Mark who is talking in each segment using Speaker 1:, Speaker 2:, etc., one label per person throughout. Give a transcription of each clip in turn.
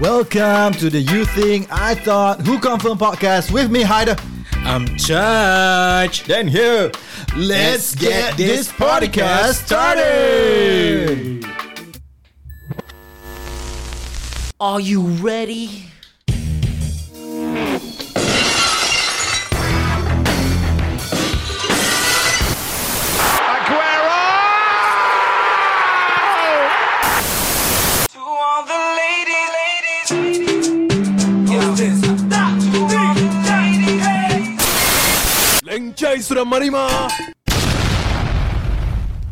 Speaker 1: Welcome to the You Think I Thought Who Confirmed podcast with me, Hyder.
Speaker 2: I'm Judge.
Speaker 1: Then here, let's get this podcast started.
Speaker 2: Are you ready?
Speaker 3: To all the ladies, ladies, ladies. Yeah. This, that, to all the ladies.
Speaker 4: Lencai sudah marima.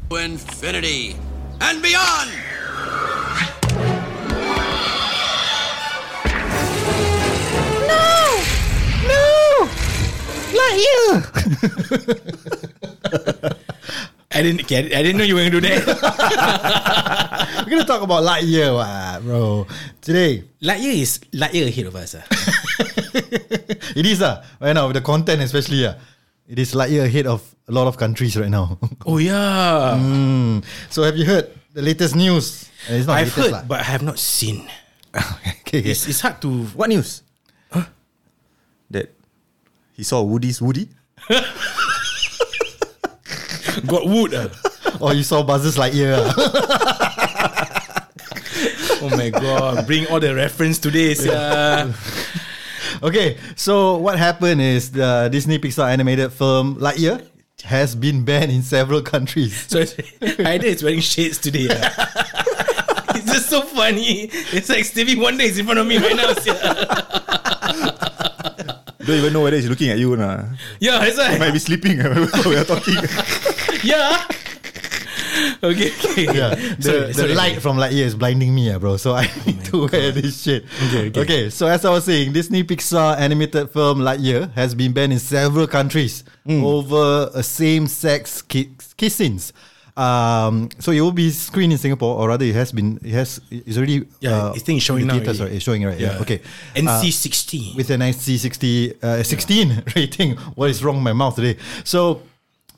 Speaker 5: to infinity and beyond.
Speaker 2: I didn't get it. I didn't know you were gonna do that.
Speaker 1: We're going to talk about Lightyear, what, bro. Today,
Speaker 2: light year is light year ahead of us. ah.
Speaker 1: it is, uh, right now, with the content especially, uh, it is Lightyear ahead of a lot of countries right now.
Speaker 2: Oh yeah,
Speaker 1: so, have you heard the latest news? Uh, It's not
Speaker 2: I've
Speaker 1: latest,
Speaker 2: heard,
Speaker 1: lah.
Speaker 2: but I have not seen.
Speaker 1: okay, okay.
Speaker 2: It's, it's hard to.
Speaker 4: What news?
Speaker 6: that he saw Woody's Woody.
Speaker 2: Got wood. ah.
Speaker 1: Or Oh, you saw Buzz's Lightyear. ah.
Speaker 2: Oh my god! Bring all the reference to this. Yeah.
Speaker 1: okay, so what happened is the Disney Pixar animated film Lightyear has been banned in several countries.
Speaker 2: So it's- Haida is wearing shades today. ah. it's just so funny. It's like Stevie Wonder is in front of me right now. sia.
Speaker 6: Don't even know whether he's looking at you nah.
Speaker 2: Yeah, that's
Speaker 6: He
Speaker 2: why.
Speaker 6: might be sleeping ah, while we are talking.
Speaker 2: Yeah. Okay. okay.
Speaker 1: Yeah, the,
Speaker 2: Sorry,
Speaker 1: the
Speaker 2: sorry. Oh
Speaker 1: light from Lightyear is blinding me, ah, bro. So I need to wear this shit.
Speaker 2: Okay, okay.
Speaker 1: so as I was saying, Disney Pixar animated film Lightyear has been banned in several countries
Speaker 2: Hmm.
Speaker 1: over a same-sex ki- kissings. Um, so it will be screened in Singapore, or rather, it has been. It has. It's already. uh,
Speaker 2: Yeah, I think it's
Speaker 1: in
Speaker 2: showing now
Speaker 1: theatres, right?
Speaker 2: already.
Speaker 1: It's showing right. Yeah. Okay. Uh,
Speaker 2: NC sixteen.
Speaker 1: with an SC60 uh, 16 rating. What is wrong with my mouth today? So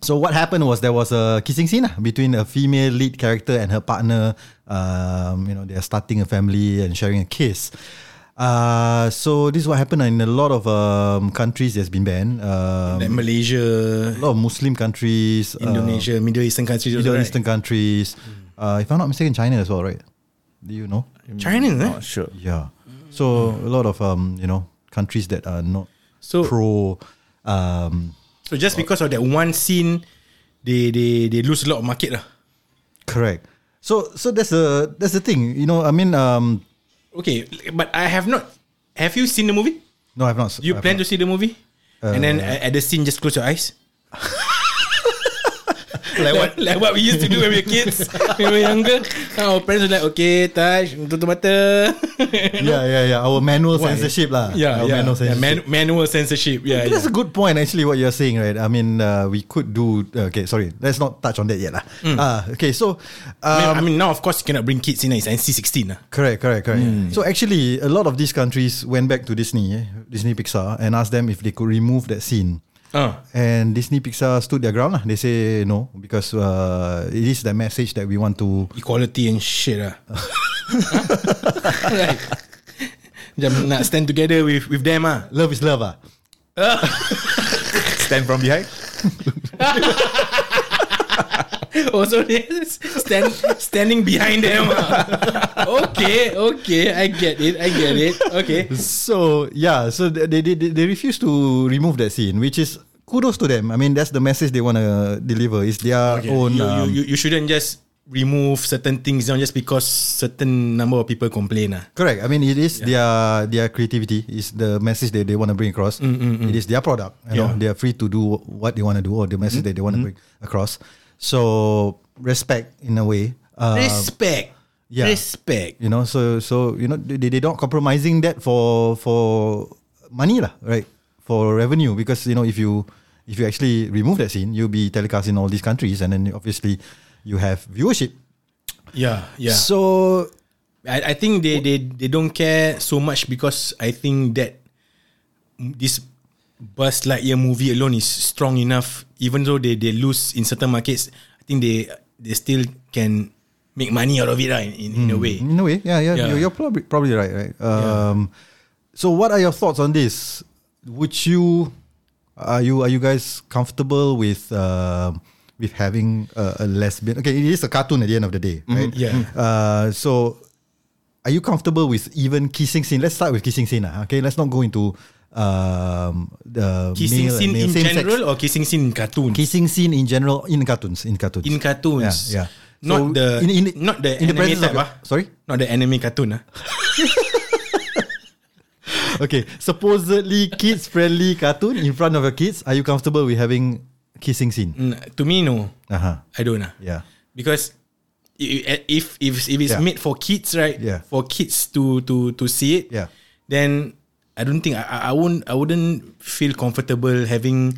Speaker 1: so what happened was there was a kissing scene ah, between a female lead character and her partner. Um, you know, they are starting a family and sharing a kiss. Uh, so this is what happened in a lot of um, countries that's been banned. Um,
Speaker 2: like Malaysia,
Speaker 1: a lot of Muslim countries, uh,
Speaker 2: Indonesia, Middle Eastern countries,
Speaker 1: Middle
Speaker 2: right? Hmm.
Speaker 1: Eastern countries. Uh, if I'm not mistaken, China as well, right? Do you know?
Speaker 2: China, eh?
Speaker 6: Not Oh, sure.
Speaker 1: Yeah. So a lot of um, you know, countries that are not
Speaker 2: So-
Speaker 1: pro um
Speaker 2: So just because of that one scene, they they they lose a lot of market lah.
Speaker 1: correct. So so that's a that's the thing. You know, I mean um
Speaker 2: Okay, but I have not. Have you seen the movie?
Speaker 1: no I've not
Speaker 2: You
Speaker 1: I've
Speaker 2: plan
Speaker 1: not.
Speaker 2: to see the movie, and then a- at the scene, just close your eyes.
Speaker 1: like what
Speaker 2: Like, like what we used to do when we were kids, when we were younger. Our parents were like, okay, touch, tutup mata.
Speaker 1: yeah, yeah, yeah. Our manual
Speaker 2: Why?
Speaker 1: censorship lah.
Speaker 2: yeah,
Speaker 1: Our
Speaker 2: yeah.
Speaker 1: manual
Speaker 2: yeah
Speaker 1: censorship.
Speaker 2: man, Ah, manual censorship. Yeah,
Speaker 1: That's a
Speaker 2: yeah.
Speaker 1: good point, actually. What you're saying, right? I mean, uh, we could do. Okay, sorry. Let's not touch on that yet, lah. Uh, okay, so
Speaker 2: I mean-
Speaker 1: um,
Speaker 2: Mm. I mean, now of course you cannot bring kids in. It's NC sixteen. lah.
Speaker 1: Correct, correct, correct.
Speaker 2: Mm.
Speaker 1: So actually, a lot of these countries went back to Disney, eh, Disney Pixar, and asked them if they could remove that scene.
Speaker 2: Ah.
Speaker 1: And Disney Pixar stood their ground. Lah. They say no because uh, it is the message that we want to.
Speaker 2: equality and shit ah. lah. like, macam nak stand together with with them ah.
Speaker 1: Love is love. Ah.
Speaker 6: Stand from behind.
Speaker 2: Also Oh, stand standing behind them ah. Okay, okay, I get it, I get it. Okay.
Speaker 1: So yeah, so th- they, they they they refuse to remove that scene, which is kudos to them. I mean, that's the message they want to deliver. It's their
Speaker 2: okay.
Speaker 1: own.
Speaker 2: you, you,
Speaker 1: um,
Speaker 2: you you shouldn't just remove certain things down just because certain number of people complain ah.
Speaker 1: Correct. I mean, it is their their creativity is the message that they want to bring across. It is their product. You know,
Speaker 2: Mm, Yeah. Mm.
Speaker 1: they are free to do wh- what they want to do or the message that they want to bring across. So respect in a way. Uh,
Speaker 2: Respect.
Speaker 1: yeah.
Speaker 2: Respect.
Speaker 1: you know, so so you know they they not compromising that for for money lah, right? For revenue because you know if you if you actually remove that scene, you'll be telecast in all these countries, and then obviously you have viewership.
Speaker 2: Yeah, yeah.
Speaker 1: So
Speaker 2: I, I think they, they they don't care so much because I think that this Buzz Lightyear movie alone is strong enough. Even though they, they lose in certain markets, I think they they still can make money out of it, right? In, in a way.
Speaker 1: In a way, yeah, yeah,
Speaker 2: Yeah.
Speaker 1: You're, you're probably probably right, right. Um, So, what are your thoughts on this? Would you are you are you guys comfortable with um with having a, a lesbian? Okay, it is a cartoon at the end of the day, right?
Speaker 2: Yeah. Mm.
Speaker 1: Uh, so, are you comfortable with even kissing scene? Let's start with kissing scene, ah, okay? Let's not go into um the
Speaker 2: Kissing
Speaker 1: male and
Speaker 2: scene
Speaker 1: male,
Speaker 2: in
Speaker 1: same-sex.
Speaker 2: general or kissing scene in cartoons?
Speaker 1: Kissing scene in general in cartoons, in cartoons,
Speaker 2: in cartoons.
Speaker 1: Yeah, yeah.
Speaker 2: Not
Speaker 1: So,
Speaker 2: the
Speaker 1: in- in-
Speaker 2: not the
Speaker 1: in the
Speaker 2: anime
Speaker 1: presence of
Speaker 2: type,
Speaker 1: your-
Speaker 2: ah.
Speaker 1: sorry?
Speaker 2: Not the anime cartoon ah.
Speaker 1: Okay, supposedly kids friendly cartoon in front of your kids. Are you comfortable with having kissing scene?
Speaker 2: Mm, to me no.
Speaker 1: Uh huh.
Speaker 2: I don't ah. know.
Speaker 1: Yeah.
Speaker 2: Because i- i- if if if it's
Speaker 1: Yeah.
Speaker 2: made for kids, right?
Speaker 1: Yeah.
Speaker 2: For kids to to to see it.
Speaker 1: Yeah.
Speaker 2: Then I don't think I I I won't I wouldn't feel comfortable having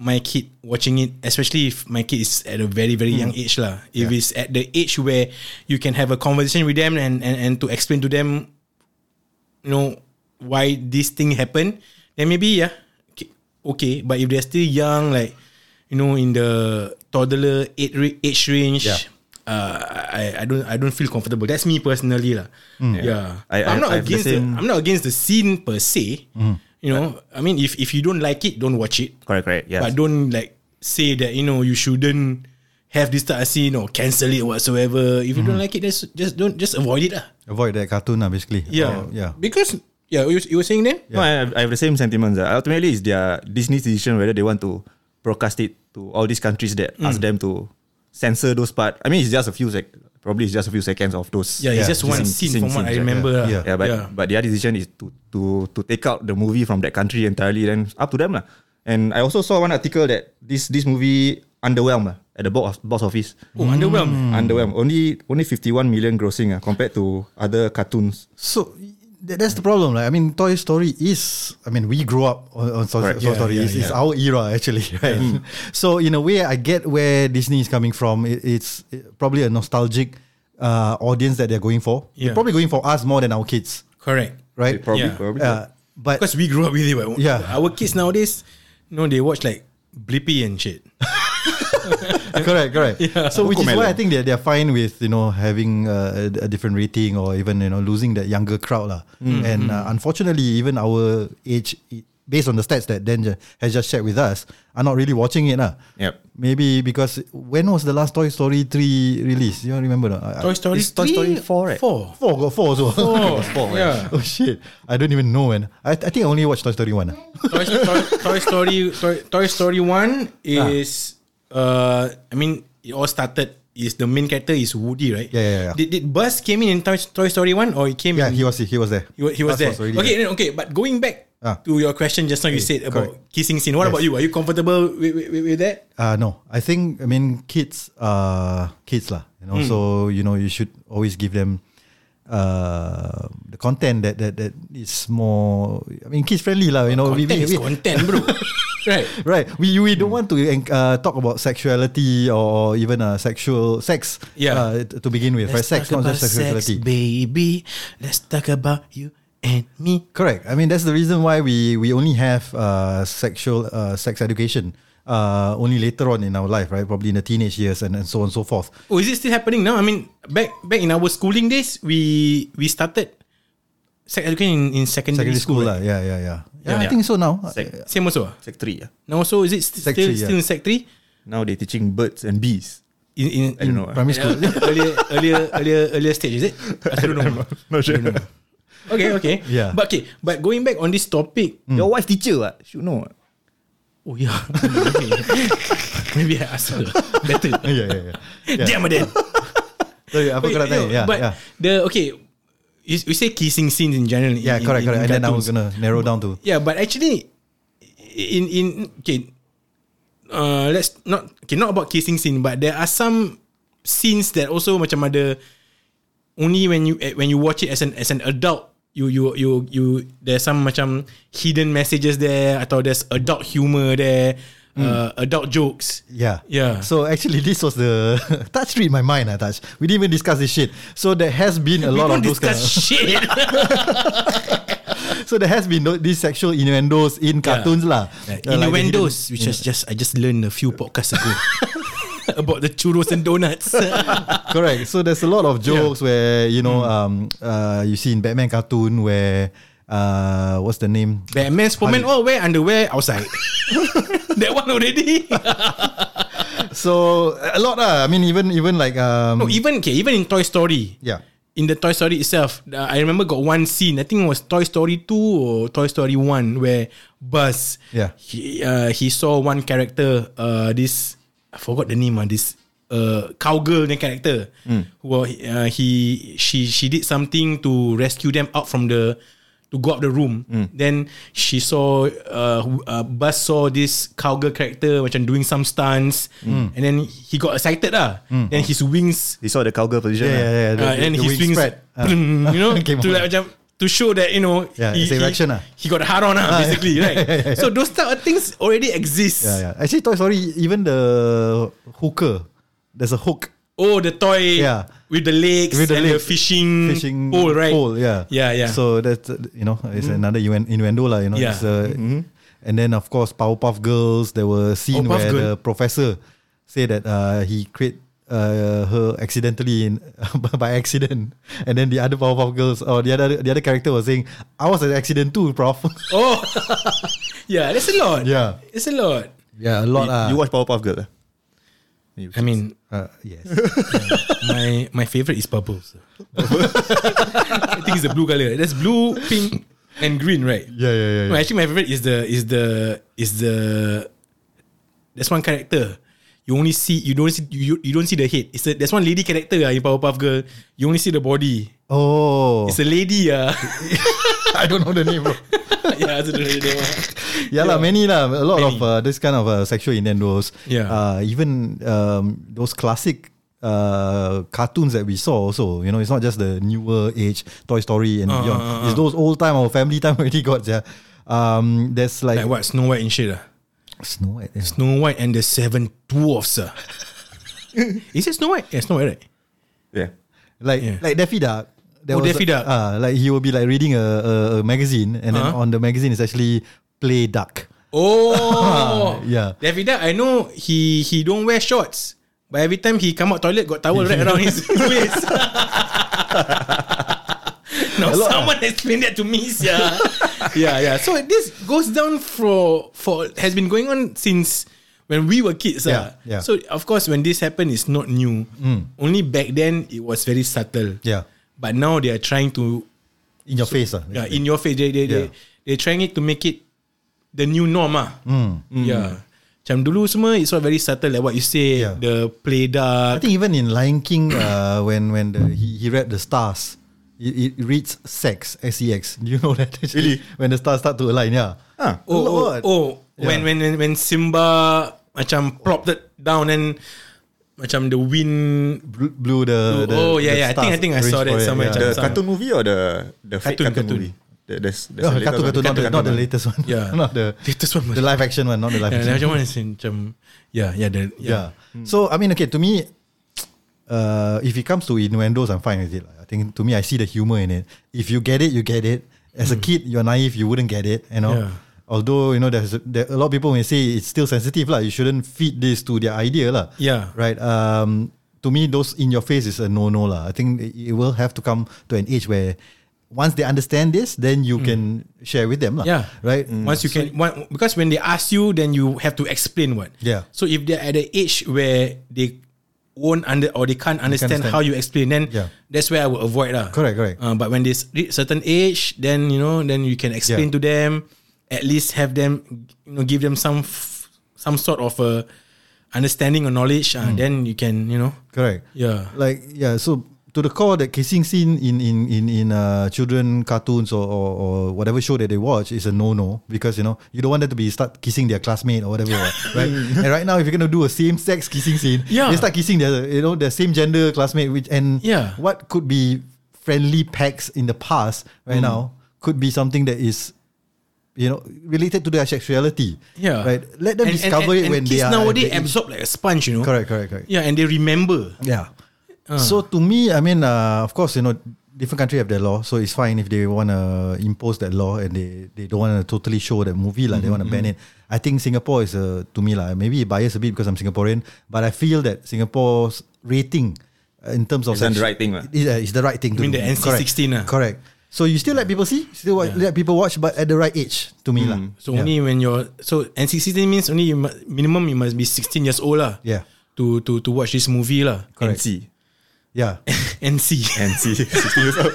Speaker 2: my kid watching it, especially if my kid is at a very very young
Speaker 1: Mm.
Speaker 2: age lah. If it's at the age where you can have a conversation with them and and and to explain to them, you know why this thing happened, then maybe yeah, okay- okay. But if they're still young, like you know in the toddler age ra- age range.
Speaker 1: Yeah.
Speaker 2: Uh, I, I don't I don't feel comfortable. That's me personally lah. Yeah,
Speaker 6: Mm.
Speaker 2: But
Speaker 6: I-
Speaker 2: I'm
Speaker 6: I-
Speaker 2: not
Speaker 6: I've the
Speaker 2: against the,
Speaker 6: same- Mm.
Speaker 2: I'm not against the scene per se. You know, I mean, if if you don't like it, don't watch it.
Speaker 6: Correct, correct. Yes.
Speaker 2: But don't like say that you know you shouldn't have this type of scene or cancel it whatsoever. If you
Speaker 6: Mm-hmm.
Speaker 2: don't like it, just just don't just avoid it lah.
Speaker 1: Avoid that cartoon, lah, basically.
Speaker 2: Yeah,
Speaker 1: Or- yeah.
Speaker 2: Because yeah, you, you were saying then.
Speaker 6: No, I, have- I have the same sentiments. ah. Ultimately, it's their Disney's decision whether they want to broadcast it to all these countries that
Speaker 2: Mm.
Speaker 6: ask them to censor those part. I mean, it's just a few sec- probably it's just a few seconds of those.
Speaker 2: Yeah, it's
Speaker 1: Yeah,
Speaker 2: just one
Speaker 6: kissing-
Speaker 2: scene from
Speaker 6: kissing
Speaker 2: what I
Speaker 6: scenes,
Speaker 2: remember. lah.
Speaker 6: Yeah,
Speaker 1: Yeah.
Speaker 6: Yeah, but
Speaker 2: yeah.
Speaker 6: but their decision is to to to take out the movie from that country entirely. Then up to them lah. And I also saw one article that this this movie underwhelmed lah at the box box office. Mm.
Speaker 2: oh, underwhelmed.
Speaker 6: Underwhelmed. Only only fifty one million grossing ah compared to other cartoons.
Speaker 1: So that, that's the problem. Like, I mean, Toy Story is. I mean, we grew up on, on Toy
Speaker 6: Correct.
Speaker 1: Toy
Speaker 2: Yeah,
Speaker 1: Story.
Speaker 2: yeah,
Speaker 1: it's, it's
Speaker 2: yeah.
Speaker 1: our era actually, right? So in a way, I get where Disney is coming from. It, it's probably a nostalgic uh, audience that they're going for.
Speaker 2: Yeah.
Speaker 1: They're probably going for us more than our kids,
Speaker 2: Correct.
Speaker 1: right?
Speaker 6: Probably,
Speaker 2: Yeah.
Speaker 6: probably.
Speaker 1: Uh, but
Speaker 2: Because we grew up with it. But
Speaker 1: Yeah.
Speaker 2: Our kids nowadays, you know, they watch like Blippi and shit.
Speaker 1: correct, correct. So which is
Speaker 6: Cocomelon.
Speaker 1: why I think they're, they're fine with you know having uh, a, a different rating or even you know losing that younger crowd lah.
Speaker 2: Mm,
Speaker 1: And uh, unfortunately, even our age, i- based on the stats that Dan ju- has just shared with us, are not really watching it lah.
Speaker 6: Yep.
Speaker 1: Maybe because when was the last Toy Story three release? You all remember? or not?
Speaker 2: Toy Story
Speaker 6: It's Toy Story
Speaker 2: 3?
Speaker 6: four, right?
Speaker 2: Four.
Speaker 1: Four got four as well.
Speaker 2: Four. Yeah.
Speaker 1: oh shit! I don't even know when. I, I think I only watched Toy Story one. ah.
Speaker 2: Toy, Toy, Toy Story Toy, Toy Story 1 is uh I mean it all started is the main character is Woody, right?
Speaker 1: Yeah, yeah, yeah.
Speaker 2: Did, did Buzz came in in Toy, Toy Story 1 or it came
Speaker 1: Yeah,
Speaker 2: in
Speaker 1: he was he was there.
Speaker 2: he, wa- he was
Speaker 1: Buzz
Speaker 2: there.
Speaker 1: was already
Speaker 2: okay, no, okay, but going back
Speaker 1: Ah.
Speaker 2: to your question just now you said about kissing scene. What
Speaker 1: Yes.
Speaker 2: about you? Are you comfortable with, with, with with that?
Speaker 1: Uh, no, I think I mean kids are kids lah, and
Speaker 2: Hmm.
Speaker 1: also you know you should always give them uh, the content that that that is more I mean kids friendly lah. You know, we-
Speaker 2: Content
Speaker 1: we,
Speaker 2: is
Speaker 1: we-
Speaker 2: content, Hmm. bro. right.
Speaker 1: right? We we don't want to uh, talk about sexuality or even uh, sexual sex
Speaker 2: Yeah.
Speaker 1: uh, t- to begin with, right? Sex, not just sexuality.
Speaker 2: baby. Let's talk about you and me.
Speaker 1: Correct. I mean, that's the reason why we we only have uh, sexual uh, sex education uh, only later on in our life, right? Probably in the teenage years and, and so on and so forth.
Speaker 2: Oh, is it still happening now? I mean, back back in our schooling days, we we started sex education in, in secondary,
Speaker 1: Secondary school,
Speaker 2: school.
Speaker 1: lah.
Speaker 2: eh?
Speaker 1: Yeah, yeah, yeah, yeah. I
Speaker 6: Yeah.
Speaker 1: think so now.
Speaker 6: Sec,
Speaker 2: Same also. ah?
Speaker 6: sec three. Yeah.
Speaker 2: Now also is it st-
Speaker 1: Sec
Speaker 2: still
Speaker 1: three,
Speaker 2: still
Speaker 1: yeah.
Speaker 2: in sec three?
Speaker 6: Now they're teaching birds and bees.
Speaker 2: In, in,
Speaker 6: I don't know. ah.
Speaker 1: Primary school.
Speaker 2: in earlier earlier earlier earlier stage is it? I don't know.
Speaker 6: Not sure.
Speaker 2: Okay, okay.
Speaker 1: Yeah.
Speaker 2: But okay, but going back on this topic,
Speaker 1: Mm.
Speaker 6: Your wife teacher, what? Should know. what?
Speaker 2: oh yeah, maybe I ask her better.
Speaker 1: yeah, yeah, yeah.
Speaker 2: Damn it. then.
Speaker 1: Sorry, apa
Speaker 2: Okay,
Speaker 1: kau nak tanya?
Speaker 2: no,
Speaker 1: Yeah,
Speaker 2: but
Speaker 1: yeah.
Speaker 2: the okay, you, you say kissing scenes in general. in-
Speaker 1: Yeah,
Speaker 2: in-
Speaker 1: correct,
Speaker 2: in
Speaker 1: correct. And then I was
Speaker 2: cartoons.
Speaker 1: gonna narrow down to
Speaker 2: Yeah, but actually, in in okay, uh, let's not okay not about kissing scene, but there are some scenes that also macam ada only when you eh, when you watch it as an as an adult. You you you you there's some macam hidden messages there atau there's adult humor there,
Speaker 1: Hmm.
Speaker 2: uh, adult jokes.
Speaker 1: Yeah.
Speaker 2: Yeah.
Speaker 1: So actually this was the touch read my mind, I touch. We didn't even discuss this shit. So there has been a
Speaker 2: We
Speaker 1: lot of
Speaker 2: don't
Speaker 1: those kind
Speaker 2: discuss
Speaker 1: of,
Speaker 2: shit.
Speaker 1: So there has been no, these sexual innuendos in cartoons lah.
Speaker 2: Like,
Speaker 1: Uh, like the hidden-
Speaker 2: innuendos, which is just I just learned a few podcasts ago. about the churros and donuts.
Speaker 1: Correct. So there's a lot of jokes where you know
Speaker 2: Mm.
Speaker 1: um uh you see in Batman cartoon where uh what's the name?
Speaker 2: Batman, Superman, all oh, wear underwear outside. that one already.
Speaker 1: So a lot uh, I mean even even like um
Speaker 2: No, even okay, even in Toy Story.
Speaker 1: yeah.
Speaker 2: In the Toy Story itself, uh, I remember got one scene. I think it was Toy Story two or Toy Story one, where Buzz,
Speaker 1: Yeah.
Speaker 2: he uh, he saw one character, uh, this I forgot the name of this uh cowgirl punya character, who were- uh, he she she did something to rescue them out from the to go out the room. Then she saw uh, who- uh Buzz saw this cowgirl character macam doing some stunts, and then he got excited lah. Then his wings
Speaker 6: He saw the cowgirl position. ah.
Speaker 1: Yeah, yeah,
Speaker 6: lah.
Speaker 1: yeah.
Speaker 2: uh, and he
Speaker 1: wing
Speaker 2: swings,
Speaker 1: spread. Ah.
Speaker 2: plum, you know,
Speaker 1: Came
Speaker 2: to
Speaker 1: out.
Speaker 2: like macam to show that you know
Speaker 1: Yeah,
Speaker 2: he,
Speaker 1: it's erection ah.
Speaker 2: he, he got hard on ah, basically, right? So those type of things already exist.
Speaker 1: yeah, yeah. Actually Toy Story even the hooker there's a hook
Speaker 2: Oh, the toy
Speaker 1: Yeah.
Speaker 2: with the legs
Speaker 1: With the
Speaker 2: and the
Speaker 1: leg.
Speaker 2: fishing,
Speaker 1: fishing
Speaker 2: pole, right?
Speaker 1: Pole, yeah,
Speaker 2: Yeah, yeah. Mm-hmm.
Speaker 1: So that's uh, you know it's another innu- innuendo lah. You know,
Speaker 2: Yeah.
Speaker 1: it's,
Speaker 2: Mm-hmm.
Speaker 1: uh, and then of course Powerpuff Girls. There were a scene
Speaker 2: Powerpuff
Speaker 1: where
Speaker 2: Girl.
Speaker 1: the professor said that uh, he create uh, her accidentally in, by accident, and then the other Powerpuff Girls or the other the other character was saying, "I was an accident too, prof."
Speaker 2: Oh, yeah, that's a lot.
Speaker 1: Yeah.
Speaker 2: it's a lot.
Speaker 1: yeah, a lot uh, lah.
Speaker 6: You, you watch Powerpuff ah? Girl? lah?
Speaker 2: I mean,
Speaker 1: Uh, yes.
Speaker 2: my my favorite is purple. so. I think it's the blue color. That's blue, pink, and green, right?
Speaker 1: yeah, yeah, yeah. yeah.
Speaker 2: No, actually, my favorite is the is the is the there's one character. You only see you don't see you, you don't see the head. It's a there's one lady character ah, in Powerpuff Girl. You only see the body.
Speaker 1: Oh,
Speaker 2: It's a lady ah.
Speaker 1: I don't know the name. Bro.
Speaker 2: yeah, I don't know the one.
Speaker 1: yeah, lah, many lah. A lot of
Speaker 2: Many.
Speaker 1: uh, this kind of uh, sexual innuendos.
Speaker 2: Yeah.
Speaker 1: Uh, even um, those classic uh, cartoons that we saw also. You know, it's not just the newer age Toy Story and
Speaker 2: Uh,
Speaker 1: beyond. It's those old time our family time already got yeah. Um, there's like,
Speaker 2: Like what Snow White and shit ah.
Speaker 1: Snow White. yeah.
Speaker 2: Snow White and the Seven Dwarfs ah. is it Snow White? Yeah, Snow White right.
Speaker 6: Yeah.
Speaker 1: Like
Speaker 2: Yeah.
Speaker 1: like Daffy Duck. There
Speaker 2: Oh,
Speaker 1: was,
Speaker 2: Daffy Duck.
Speaker 1: Uh, like he will be like reading a, a, a magazine, and then
Speaker 2: Uh-huh.
Speaker 1: on the magazine is actually play duck.
Speaker 2: Oh
Speaker 1: Yeah.
Speaker 2: David Duck, I know he he don't wear shorts, but every time he come out toilet got towel right around his waist. no, someone explain that to me, yeah. yeah, yeah. So this goes down for for has been going on since when we were kids,
Speaker 1: Yeah, yeah.
Speaker 2: yeah,
Speaker 1: Mm.
Speaker 2: So of course when this happened, it's not new. Only back then it was very subtle.
Speaker 1: Yeah.
Speaker 2: But now they are trying to
Speaker 1: In your face, ah.
Speaker 2: yeah, in your face. They they
Speaker 1: Yeah.
Speaker 2: they they trying it to make it the new norm ah.
Speaker 1: Hmm.
Speaker 2: Yeah. Macam dulu semua it's all very subtle like what you say
Speaker 1: Yeah.
Speaker 2: the
Speaker 1: I
Speaker 2: play dark.
Speaker 1: think even in Lion King, uh, when when the, he, he read the stars, it, it reads sex, S E X. Do you know that? Actually?
Speaker 6: Really?
Speaker 1: When the stars start to align, yeah.
Speaker 6: Ah.
Speaker 2: oh, oh,
Speaker 1: Lord.
Speaker 2: oh when when when when Simba macam plopped it down and macam the wind
Speaker 1: Blue, blue the, the
Speaker 2: Oh, yeah,
Speaker 1: the
Speaker 2: yeah.
Speaker 1: stars
Speaker 2: I think- I think I
Speaker 1: arranged
Speaker 2: saw that
Speaker 1: for it,
Speaker 2: somewhere,
Speaker 1: yeah.
Speaker 6: The
Speaker 2: Some-
Speaker 6: cartoon movie or the the fake
Speaker 2: Cartoon,
Speaker 6: cartoon,
Speaker 2: cartoon.
Speaker 6: movie? The, there's, there's
Speaker 1: No,
Speaker 6: a later
Speaker 1: cartoon,
Speaker 6: one.
Speaker 1: cartoon, Oh, not, the, not the latest one.
Speaker 2: Yeah.
Speaker 1: not the
Speaker 2: Latest one.
Speaker 1: The live action one, not the live
Speaker 2: yeah,
Speaker 1: action.
Speaker 2: macam mana sih macam yeah yeah the yeah.
Speaker 1: Yeah. So I mean, okay, to me, uh, if it comes to innuendos, I'm fine with it. lah. I think to me, I see the humor in it. If you get it, you get it. As a kid, you're naive. You wouldn't get it. You know.
Speaker 2: Mm. Yeah.
Speaker 1: Although you know, there's there, a lot of people may say it's still sensitive, lah. You shouldn't feed this to their idea, lah.
Speaker 2: Yeah.
Speaker 1: Right. Um. To me, those in your face is a no no, lah. I think it it will have to come to an age where. Once they understand this, then you can share with them, lah.
Speaker 2: Mm. Yeah.
Speaker 1: Right.
Speaker 2: Once you can, one, because when they ask you, then you have to explain what.
Speaker 1: Yeah.
Speaker 2: So if they're at the age where they won't under or they can't understand,
Speaker 1: understand.
Speaker 2: how you explain, then
Speaker 1: Yeah.
Speaker 2: that's where I would avoid lah.
Speaker 1: Correct, correct.
Speaker 2: Uh, but when they s- reach certain age, then you know, then you can explain
Speaker 1: Yeah.
Speaker 2: to them. At least have them, you know, give them some f- some sort of a understanding or knowledge. Uh, Then you can, you know,
Speaker 1: Mm. Correct.
Speaker 2: Yeah.
Speaker 1: Like yeah. So to the core, the kissing scene in in in in uh, children cartoons or, or or whatever show that they watch is a no no because you know you don't want them to be start kissing their classmate or whatever. right. And right now, if you're gonna do a same sex kissing scene,
Speaker 2: Yeah.
Speaker 1: they start kissing their you know their same gender classmate, which and
Speaker 2: Yeah.
Speaker 1: what could be friendly pacts in the past right
Speaker 2: Mm.
Speaker 1: now could be something that is. You know, related to their sexuality.
Speaker 2: yeah,
Speaker 1: Right. Let them
Speaker 2: And- and-
Speaker 1: discover
Speaker 2: and-
Speaker 1: it
Speaker 2: and
Speaker 1: when they
Speaker 2: kids
Speaker 1: are. at
Speaker 2: nowadays
Speaker 1: the age-
Speaker 2: absorb like a sponge, you know.
Speaker 1: Correct. Correct. Correct.
Speaker 2: Yeah, and they remember.
Speaker 1: Yeah. So to me, I mean, uh, of course, you know, different country have their law, so it's fine if they want to impose that law and they, they don't want to totally show that movie like They want to ban it.
Speaker 2: Mm-hmm,
Speaker 1: I think Singapore is uh, to me like maybe it biased a bit because I'm Singaporean, but I feel that Singapore's rating uh, in terms of
Speaker 6: It's done the
Speaker 1: sex-
Speaker 6: right thing lah.
Speaker 1: It- uh, It's the right thing. to
Speaker 2: You mean
Speaker 1: do.
Speaker 2: the NC-16
Speaker 1: Correct.
Speaker 2: lah.
Speaker 1: Correct. So you still let people see, still wa- let people watch, but at the right age to me
Speaker 6: Mm.
Speaker 1: lah.
Speaker 2: So
Speaker 1: yeah.
Speaker 2: only when you're so NC16 means only you mu- minimum you must be 16 years old lah.
Speaker 1: Yeah.
Speaker 2: To to to watch this movie lah.
Speaker 1: Correct.
Speaker 6: NC.
Speaker 1: yeah.
Speaker 2: NC.
Speaker 6: NC. 16 years old.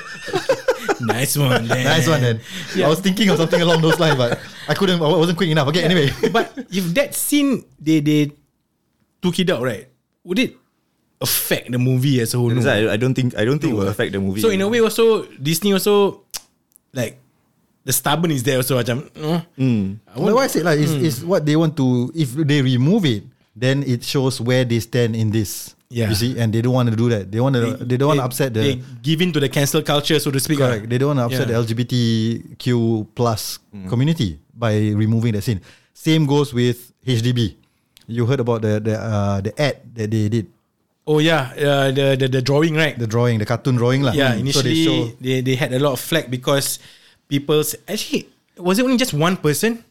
Speaker 2: nice one. Then.
Speaker 1: Nice one then. I was thinking of something along those lines, but I couldn't. I wasn't quick enough. Okay, anyway.
Speaker 2: But if that scene they they took it out right, would it affect the movie as a whole?
Speaker 6: That's
Speaker 2: No.
Speaker 6: why I, I don't think I don't think it will affect the movie.
Speaker 2: So in a way also Disney also like the stubborn is there also macam no.
Speaker 1: Like what I said, like, it's,
Speaker 2: Hmm.
Speaker 1: it's what they want to. If they remove it, then it shows where they stand in this.
Speaker 2: Yeah.
Speaker 1: You see, and they don't want to do that. They want to. They, don't want to upset
Speaker 2: they
Speaker 1: the.
Speaker 2: give in to the cancel culture so to speak. lah.
Speaker 1: correct. They don't want to upset
Speaker 2: Yeah.
Speaker 1: the LGBTQ plus community by removing that scene. Same goes with HDB. You heard about the the uh, the ad that they did,
Speaker 2: Oh yeah, uh, the, the the drawing right.
Speaker 1: the drawing, the cartoon drawing lah.
Speaker 2: yeah,
Speaker 1: Mm.
Speaker 2: initially
Speaker 1: so they show
Speaker 2: they, they had a lot of flack because people actually was it only just one person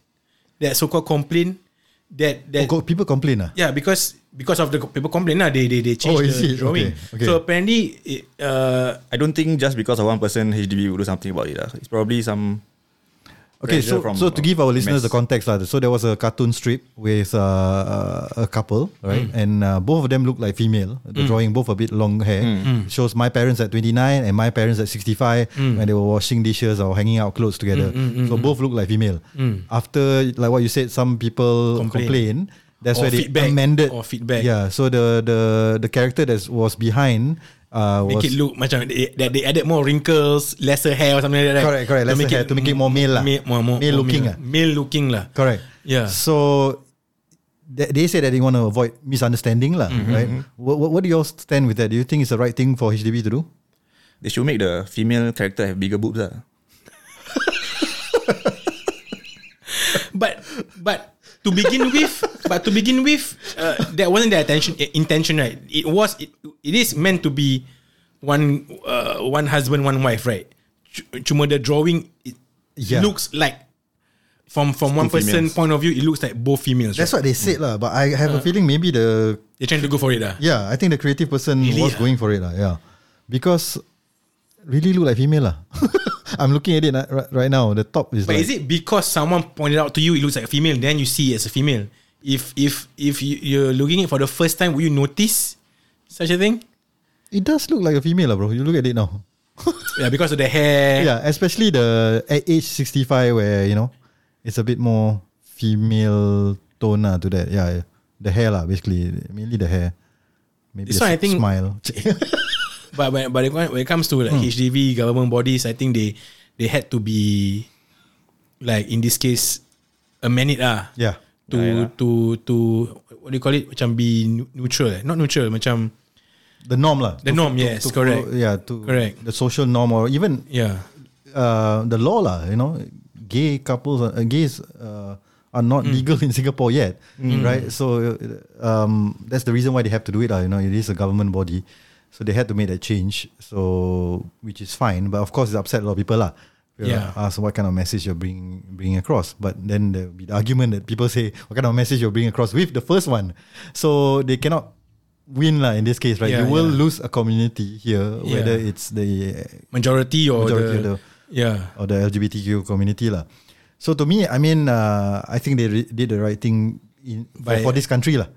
Speaker 2: that so called complained that that
Speaker 1: Co- people complain ah.
Speaker 2: yeah because because of the co- people complain lah they they they changed
Speaker 1: Oh, is
Speaker 2: the
Speaker 1: it?
Speaker 2: drawing.
Speaker 1: Okay, okay.
Speaker 2: So apparently it, uh,
Speaker 6: I don't think just because of one person HDB will do something about it. lah. It's probably some
Speaker 1: Okay, so,
Speaker 6: pressure from
Speaker 1: so to give our listeners the
Speaker 6: mass.
Speaker 1: context, lah, so there was a cartoon strip with uh, a couple, right?
Speaker 2: Hmm.
Speaker 1: And uh, both of them look like female. The drawing, both a bit long hair.
Speaker 2: Hmm.
Speaker 1: Shows my parents at 29 and my parents at 65
Speaker 2: Hmm.
Speaker 1: when they were washing dishes or hanging out clothes together. so both look like female. After, like what you said, some people complain.
Speaker 2: Hmm. Complain.
Speaker 1: That's
Speaker 2: Or
Speaker 1: where they
Speaker 2: feedback.
Speaker 1: amended.
Speaker 2: Or feedback.
Speaker 1: Yeah, so the the, the character that was behind uh,
Speaker 2: make
Speaker 1: was...
Speaker 2: it look macam they, that they added more wrinkles, lesser hair or something like that. right?
Speaker 1: Correct, correct. Lesser hair to make it more male lah.
Speaker 2: Male, more, more,
Speaker 1: Male
Speaker 2: more
Speaker 1: looking
Speaker 2: male,
Speaker 1: ah.
Speaker 2: male looking lah.
Speaker 1: Correct.
Speaker 2: Yeah.
Speaker 1: So they, they say that they want to avoid misunderstanding, lah.
Speaker 2: Mm-hmm.
Speaker 1: Right? What, what, what do you all stand with that? Do you think it's the right thing for HDB to do?
Speaker 6: they should make the female character have bigger boobs. lah.
Speaker 2: But but to begin with, but to begin with, uh, that wasn't their attention i- intention, right? It was it, it is meant to be one uh, one husband, one wife, right? Cu- Cuma the drawing it
Speaker 1: Yeah.
Speaker 2: looks like from from one person
Speaker 6: females.
Speaker 2: point of view, it looks like both females.
Speaker 1: That's what
Speaker 2: right?
Speaker 1: they said, lah. But I have a feeling maybe the
Speaker 2: They're trying to go for it, ah.
Speaker 1: yeah, I think the creative person
Speaker 2: Really,
Speaker 1: was
Speaker 2: ah?
Speaker 1: going for it, lah. Yeah, because really look like female, lah. I'm looking at it ah, ri- right now. The top is
Speaker 2: But
Speaker 1: like,
Speaker 2: is it because someone pointed out to you it looks like a female, then you see it as a female? If if if you, you're looking it for the first time, will you notice such a thing?
Speaker 1: it does look like a female, lah, bro. You look at it now.
Speaker 2: Yeah, because of the hair.
Speaker 1: Yeah, especially the at age 65 where, you know, it's a bit more female tone ah to that. Yeah, yeah. the hair lah, basically. Mainly the hair. Maybe
Speaker 2: This
Speaker 1: the
Speaker 2: one, I
Speaker 1: s-
Speaker 2: think-
Speaker 1: smile.
Speaker 2: But when, but when when it comes to
Speaker 1: Hmm.
Speaker 2: like HDB government bodies, I think they they had to be like in this case a minute ah
Speaker 1: yeah.
Speaker 2: to to to what do you call it? Macam be nu- neutral, eh? not neutral. Macam
Speaker 1: The norm lah. To-
Speaker 2: The
Speaker 1: to-
Speaker 2: norm, yes,
Speaker 1: to
Speaker 2: correct.
Speaker 1: follow- yeah, to
Speaker 2: Correct.
Speaker 1: the social norm or even
Speaker 2: yeah.
Speaker 1: uh, the law lah, you know, gay couples, uh, gays uh, are not
Speaker 2: Mm.
Speaker 1: legal in Singapore yet, right? So uh, um, that's the reason why they have to do it, lah. You know, it is a government body, so they had to make that change. So which is fine, but of course it upset a lot of people, lah. People
Speaker 2: Yeah.
Speaker 1: Ask what kind of message you're bringing bringing across, but then there will be the argument that people say what kind of message you're bringing across with the first one, so they cannot win lah in this case, right?
Speaker 2: Yeah,
Speaker 1: you will
Speaker 2: yeah.
Speaker 1: lose a community here, whether
Speaker 2: Yeah.
Speaker 1: it's the
Speaker 2: Majority or
Speaker 1: Majority of
Speaker 2: the,
Speaker 1: the-
Speaker 2: yeah.
Speaker 1: or the LGBTQ community lah. So to me, I mean, uh, I think they re- did the right thing in, for,
Speaker 2: By- mm.
Speaker 1: for this country lah,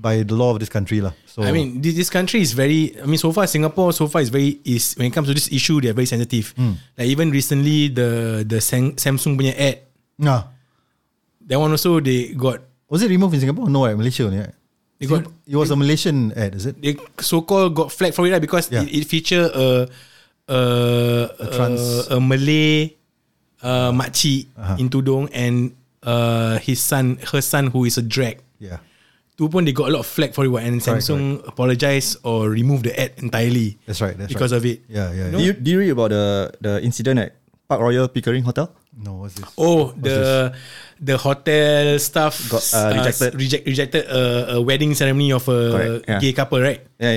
Speaker 1: by the law of this country lah. So
Speaker 2: I mean, this, this country is very. I mean, so far Singapore, so far is very is when it comes to this issue, they are very sensitive.
Speaker 1: Hmm.
Speaker 2: Like even recently, the the Sam, Samsung punya ad,
Speaker 1: nah,
Speaker 2: that one also they got
Speaker 1: was it removed in Singapore? No, right, Malaysia only. Right?
Speaker 2: They got-
Speaker 1: Singap- it was a Malaysian ad, is it?
Speaker 2: they so called got flagged for it right? because
Speaker 1: Yeah.
Speaker 2: it, it feature a a, a,
Speaker 1: trans- Uh-huh.
Speaker 2: a Malay uh, makcik in tudung and uh, his son, her son who is a drag.
Speaker 1: Yeah,
Speaker 2: Tu pun they got a lot of flag for it what, and
Speaker 1: Correct,
Speaker 2: Samsung apologise or remove the ad entirely
Speaker 1: that's right. That's
Speaker 2: because
Speaker 1: right.
Speaker 2: of it.
Speaker 1: yeah, yeah.
Speaker 6: Did
Speaker 1: yeah.
Speaker 6: you, did you read about the, the incident at Park Royal Pickering Hotel?
Speaker 1: No, what's this?
Speaker 2: Oh, the the hotel staff
Speaker 6: Got, uh, rejected.
Speaker 2: reject, rejected a, a wedding ceremony of a
Speaker 6: Correct, yeah.
Speaker 2: gay couple, right?
Speaker 6: Yeah,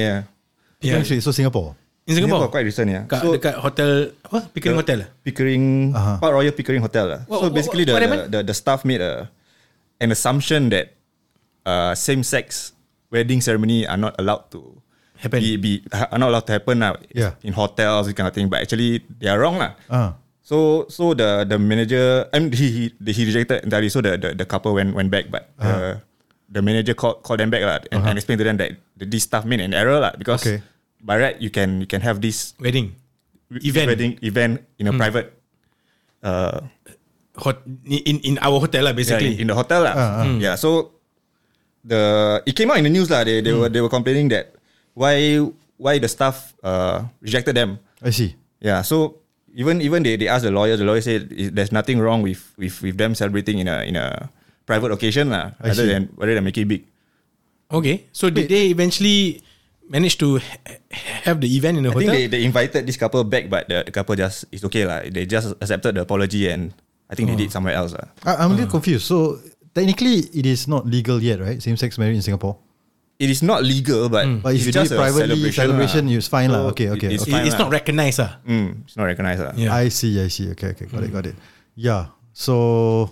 Speaker 6: yeah.
Speaker 1: Actually, so Singapore.
Speaker 2: In Singapore?
Speaker 6: quite recent, yeah.
Speaker 2: Kat,
Speaker 6: So-
Speaker 2: dekat hotel, apa? Pickering Hotel lah?
Speaker 6: Pickering,
Speaker 1: Uh-huh.
Speaker 6: Park Royal Pickering Hotel. lah.
Speaker 2: What-
Speaker 6: so
Speaker 2: what-
Speaker 6: basically,
Speaker 2: what
Speaker 6: the,
Speaker 2: happened?
Speaker 6: the, the staff made a, an assumption that uh, same-sex wedding ceremony are not allowed to
Speaker 2: Happen.
Speaker 6: Be, be, ha- are not allowed to happen now
Speaker 1: Yeah.
Speaker 6: in hotels this kind of thing. But actually, they are wrong lah.
Speaker 1: Uh,
Speaker 6: So so the the manager I mean, he he he rejected entirely. So the the, the couple went went back, but
Speaker 1: Uh-huh.
Speaker 6: uh the manager called called them back lah and, and explained to them that th- this staff made an error lah because
Speaker 1: Okay.
Speaker 6: by right you can you can have this
Speaker 2: Wedding.
Speaker 6: w-
Speaker 2: Event.
Speaker 6: wedding event
Speaker 1: Hmm.
Speaker 6: in a private uh
Speaker 2: Hot, in, in our hotel lah,
Speaker 6: yeah,
Speaker 2: basically.
Speaker 6: in, in the hotel lah. Yeah, so the it came out in the news lah. They they were they were complaining that why why the staff uh rejected them.
Speaker 1: I see.
Speaker 6: Yeah, so even even they, they asked the lawyer. The lawyer said "I- there's nothing wrong with with, with them celebrating in a in a private occasion lah,
Speaker 1: I
Speaker 6: rather
Speaker 1: see.
Speaker 6: than rather than making it big.
Speaker 2: Okay. So did they eventually manage to ha- have the event in the
Speaker 6: I think
Speaker 2: hotel?
Speaker 6: they, they invited this couple back, but the, the couple just it's okay lah. They just accepted the apology and I think they did somewhere else lah.
Speaker 1: I, I'm a little
Speaker 2: Ah.
Speaker 1: confused. So technically, it is not legal yet, right? Same-sex marriage in Singapore.
Speaker 6: It is not legal, but,
Speaker 1: But if
Speaker 6: it's
Speaker 1: you do
Speaker 6: just
Speaker 1: it
Speaker 6: a
Speaker 1: privately, celebration,
Speaker 6: lah.
Speaker 1: it's fine lah. Okay,
Speaker 6: it-
Speaker 1: okay,
Speaker 6: It's,
Speaker 1: okay.
Speaker 2: It-
Speaker 6: fine
Speaker 2: it's not
Speaker 6: lah.
Speaker 2: recognized ah. lah.
Speaker 6: Mm, it's not recognized lah.
Speaker 2: Yeah. Mm.
Speaker 1: I see. I see. Okay. Okay. Got it. Got it. Yeah. So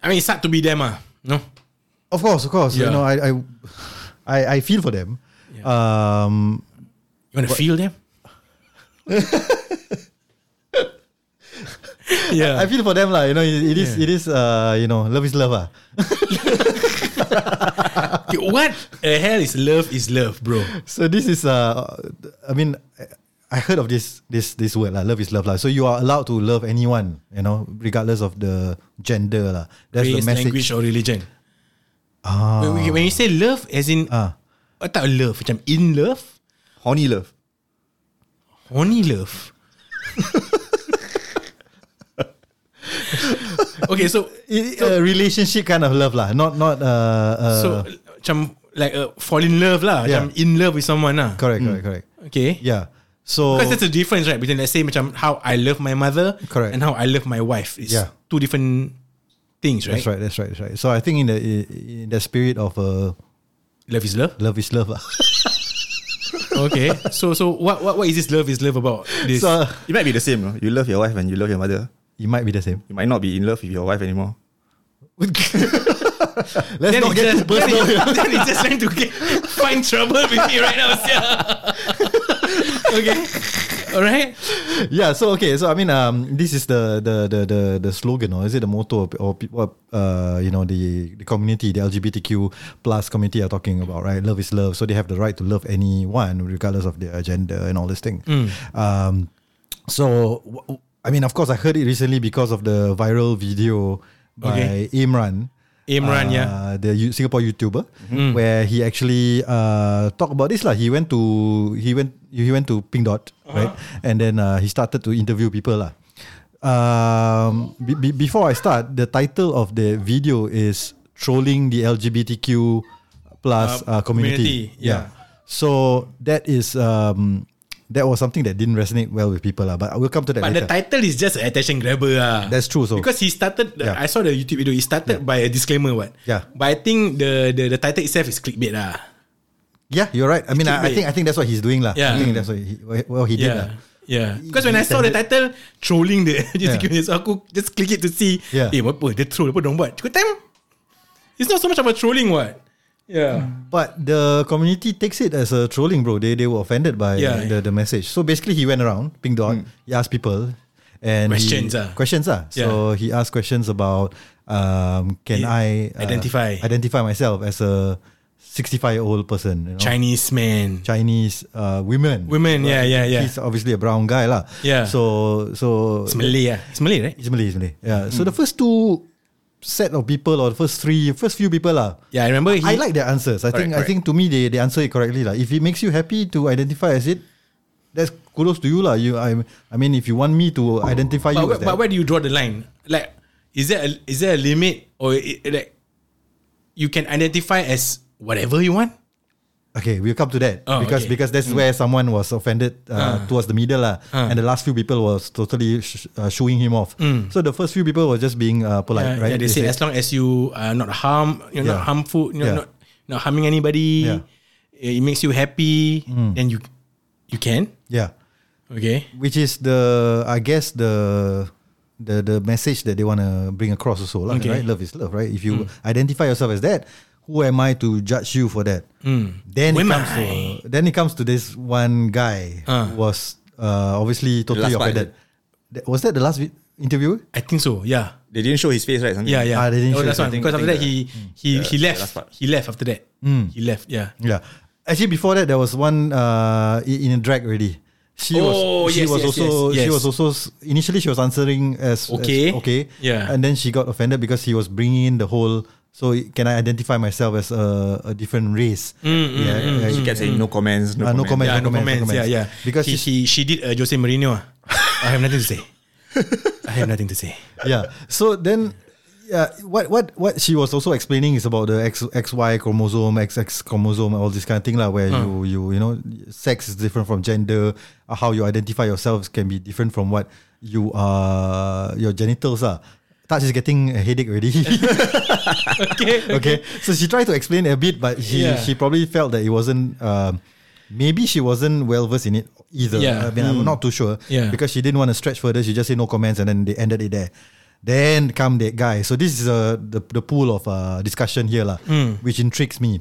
Speaker 2: I mean, it's hard to be them ah. No.
Speaker 1: Of course, of course. You
Speaker 2: Yeah.
Speaker 1: know, I, I, I, I feel for them. Um,
Speaker 2: You want to feel them? yeah.
Speaker 1: I feel for them, lah. You know, it, it is,
Speaker 2: Yeah.
Speaker 1: it is. Uh, you know, love is love, ah.
Speaker 2: Okay, what the hell is love is love, bro?
Speaker 1: So this is. Uh, I mean, I heard of this, this, this word, lah. Love is love, lah. So you are allowed to love anyone, you know, regardless of the gender, lah. That's
Speaker 2: Race,
Speaker 1: the message.
Speaker 2: language or religion.
Speaker 1: Ah,
Speaker 2: When, when you say love, as in,
Speaker 1: ah.
Speaker 2: what type of love? Macam in love?
Speaker 6: Horny love.
Speaker 2: Horny love? okay, so
Speaker 1: It, a relationship kind of love, lah. Not, not. Uh, uh,
Speaker 2: So macam like uh, fall in love lah,
Speaker 1: Yeah.
Speaker 2: yeah. macam in love with someone lah.
Speaker 1: correct, correct, correct.
Speaker 2: Okay.
Speaker 1: Yeah. So
Speaker 2: mm. Because that's the difference right between let's say macam how I love my mother
Speaker 1: Correct.
Speaker 2: and how I love my wife. It's
Speaker 1: Yeah.
Speaker 2: two different things, right?
Speaker 1: That's right. That's right. That's right. So I think in the in the spirit of uh,
Speaker 2: Love is love.
Speaker 1: love is love. ah.
Speaker 2: okay. So so what, what what is this love is love about? This
Speaker 1: so
Speaker 6: It might be the same. No? You love your wife and you love your mother.
Speaker 1: it might be the same.
Speaker 6: You might not be in love with your wife anymore.
Speaker 1: Let's
Speaker 2: then
Speaker 1: not
Speaker 2: it's
Speaker 1: get
Speaker 2: just,
Speaker 1: too personal.
Speaker 2: Then, it- then it's just trying to get, find trouble with me right now, sia. okay. All right.
Speaker 1: yeah. So okay. So I mean, um, this is the the the the, the slogan, or is it the motto, of- or, pe- or uh, you know, the the community, the LGBTQ plus community are talking about, right? Love is love. So they have the right to love anyone, regardless of their gender and all this thing. Um, so w- w- I mean, of course, I heard it recently because of the viral video by Imran.
Speaker 2: Imran,
Speaker 1: uh,
Speaker 2: yeah. Mm-hmm.
Speaker 1: the you- Singapore YouTuber, where he actually uh, talked about this lah. He went to he went he went to Pink Dot,
Speaker 2: Uh-huh.
Speaker 1: right? And then uh, he started to interview people lah. Um, be- be- before I start, the title of the video is "Trolling the LGBTQ plus
Speaker 2: Uh,
Speaker 1: uh, community."
Speaker 2: community, yeah.
Speaker 1: So that is um, that was something that didn't resonate well with people lah. But we'll come to that
Speaker 2: But
Speaker 1: later.
Speaker 2: the title is just attention grabber. Ah.
Speaker 1: That's true also.
Speaker 2: Because he started,
Speaker 1: Yeah.
Speaker 2: I saw the YouTube video, he started by a disclaimer what?
Speaker 1: Yeah.
Speaker 2: But I think the the, the title itself is clickbait lah.
Speaker 1: yeah, you're right. I mean, I, I
Speaker 2: clickbait.
Speaker 1: think I think that's what he's doing lah.
Speaker 2: Yeah.
Speaker 1: I think that's what he, well he did lah.
Speaker 2: Yeah. Yeah. Because when I saw the title, trolling the LGBTQ, so aku just click it to see,
Speaker 1: Yeah.
Speaker 2: eh apa, dia troll, apa dong buat? Cukup time. It's not so much about trolling what? Yeah.
Speaker 1: But the community takes it as a trolling, bro. They they were offended by the,
Speaker 2: Yeah, yeah. Hmm.
Speaker 1: the message. So basically, he went around ping dot. He asked people and he-
Speaker 2: Questions, ah.
Speaker 1: questions ah. So he asked questions about um, can
Speaker 2: Yeah.
Speaker 1: I uh,
Speaker 2: Identify.
Speaker 1: identify myself as a sixty five year old person? You know?
Speaker 2: Chinese man.
Speaker 1: Chinese uh, women.
Speaker 2: Women, yeah, yeah, yeah.
Speaker 1: He's obviously a brown guy lah.
Speaker 2: Yeah.
Speaker 1: So so
Speaker 2: It's Malay Hmm. ah. It's Malay right?
Speaker 1: It's Malay, it's Malay. Yeah. So the first two set of people or the first three, first few people lah.
Speaker 2: Yeah, I remember he,
Speaker 1: I like their answers. I think I
Speaker 6: Correct,
Speaker 1: think to me they, they answer it correctly lah. If it makes you happy to identify as it, that's kudos to you lah. You I I mean if you want me to identify
Speaker 2: but,
Speaker 1: you as
Speaker 2: where,
Speaker 1: that,
Speaker 2: but where do you draw the line? Like, is there a, is there a limit or i like you can identify as whatever you want?
Speaker 1: okay, we'll come to that
Speaker 2: Oh,
Speaker 1: because
Speaker 2: okay.
Speaker 1: because that's where someone was offended uh,
Speaker 2: Ah.
Speaker 1: towards the middle lah,
Speaker 2: Ah.
Speaker 1: and
Speaker 2: Mm.
Speaker 1: the last few people was totally sh- uh, shooing him off. So the first few people were just being uh, polite,
Speaker 2: Yeah,
Speaker 1: right?
Speaker 2: yeah, they, say, as long as you are not harm, you're
Speaker 1: Yeah.
Speaker 2: not harmful, you're
Speaker 1: Yeah. Mm.
Speaker 2: not not harming anybody.
Speaker 1: Yeah.
Speaker 2: It makes you happy, then you You can?
Speaker 1: Yeah.
Speaker 2: Okay.
Speaker 1: Which is the I guess the the the message that they want to bring across also lah,
Speaker 2: Okay. Hmm.
Speaker 1: right? Love is love, right? If you identify yourself as that, who am I to judge you for that? Then
Speaker 2: Hmm. Who
Speaker 1: it
Speaker 2: am
Speaker 1: comes to then it comes to this one guy
Speaker 2: Ah.
Speaker 1: who was uh, obviously totally
Speaker 6: last part,
Speaker 1: offended. That- Was that the last vi- interview?
Speaker 2: I think so. Yeah.
Speaker 6: They didn't show his face, right? Something.
Speaker 2: Yeah, yeah.
Speaker 1: Ah, they didn't
Speaker 2: oh,
Speaker 1: show
Speaker 2: that's
Speaker 1: it.
Speaker 2: one.
Speaker 6: I think-
Speaker 2: Because
Speaker 6: I
Speaker 2: after that
Speaker 6: think
Speaker 2: he he he
Speaker 6: the
Speaker 2: left.
Speaker 6: last part.
Speaker 2: He left after that.
Speaker 1: Mm.
Speaker 2: He left. Yeah.
Speaker 1: Yeah. Actually, before that, there was one uh, i- in a drag already. She
Speaker 2: Oh,
Speaker 1: was she
Speaker 2: yes,
Speaker 1: was
Speaker 2: yes,
Speaker 1: also
Speaker 2: yes,
Speaker 1: she
Speaker 2: yes.
Speaker 1: was also s- initially she was answering as as
Speaker 2: Okay.
Speaker 1: okay
Speaker 2: Yeah.
Speaker 1: and then she got offended because he was bringing in the whole so can I identify myself as a, a different race
Speaker 2: Mm,
Speaker 1: yeah, yeah,
Speaker 6: She kept saying no comments, no,
Speaker 1: Ah, no
Speaker 6: comments.
Speaker 1: comment.
Speaker 2: Yeah, no,
Speaker 1: comments, no
Speaker 2: comments. Yeah,
Speaker 1: comments.
Speaker 2: yeah.
Speaker 1: Because
Speaker 2: he,
Speaker 1: she's-
Speaker 2: he she did uh, Jose Mourinho. ah. I have nothing to say. I have nothing to say.
Speaker 1: yeah so then yeah what what what she was also explaining is about the X XY chromosome XX chromosome all this kind of thing lah where you you you know sex is different from gender uh, how you identify yourselves can be different from what you are your genitals are Taj is getting a headache already.
Speaker 2: Okay.
Speaker 1: okay, so she tried to explain a bit, but she
Speaker 2: Yeah.
Speaker 1: she probably felt that it wasn't. Um, maybe she wasn't well versed in it either.
Speaker 2: Yeah. Hmm.
Speaker 1: I mean, I'm not too sure.
Speaker 2: Yeah.
Speaker 1: because she didn't want to stretch further. She just said no comments, and then they ended it there. Then come that guy. So this is uh, the the pool of uh, discussion here, lah,
Speaker 2: Hmm.
Speaker 1: which intrigues me.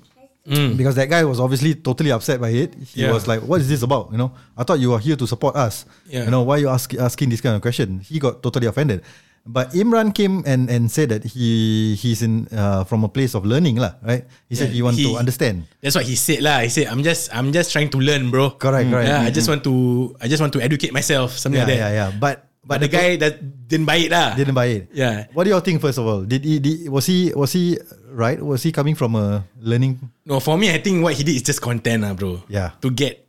Speaker 1: Because that guy was obviously totally upset by it. He
Speaker 2: Yeah.
Speaker 1: was like, "What is this about?" You know, I thought you were here to support us.
Speaker 2: Yeah.
Speaker 1: You know, why you ask, asking this kind of question? He got totally offended. But Imran came and, and said that he he's in uh, from a place of learning, lah. Right? He said he wants to understand.
Speaker 2: That's what he said lah. He said I'm just I'm just trying to learn, bro.
Speaker 1: Correct,
Speaker 2: Mm.
Speaker 1: correct. Mm-hmm.
Speaker 2: Yeah, I just want to I just want to educate myself, something
Speaker 1: Yeah,
Speaker 2: like that.
Speaker 1: yeah, yeah. But
Speaker 2: But, the guy that didn't buy it lah.
Speaker 1: didn't buy it.
Speaker 2: Yeah.
Speaker 1: What do you all think? First of all, did he did, was he was he right? Was he coming from a learning?
Speaker 2: No, for me, I think what he did is just content lah, bro.
Speaker 1: Yeah.
Speaker 2: To get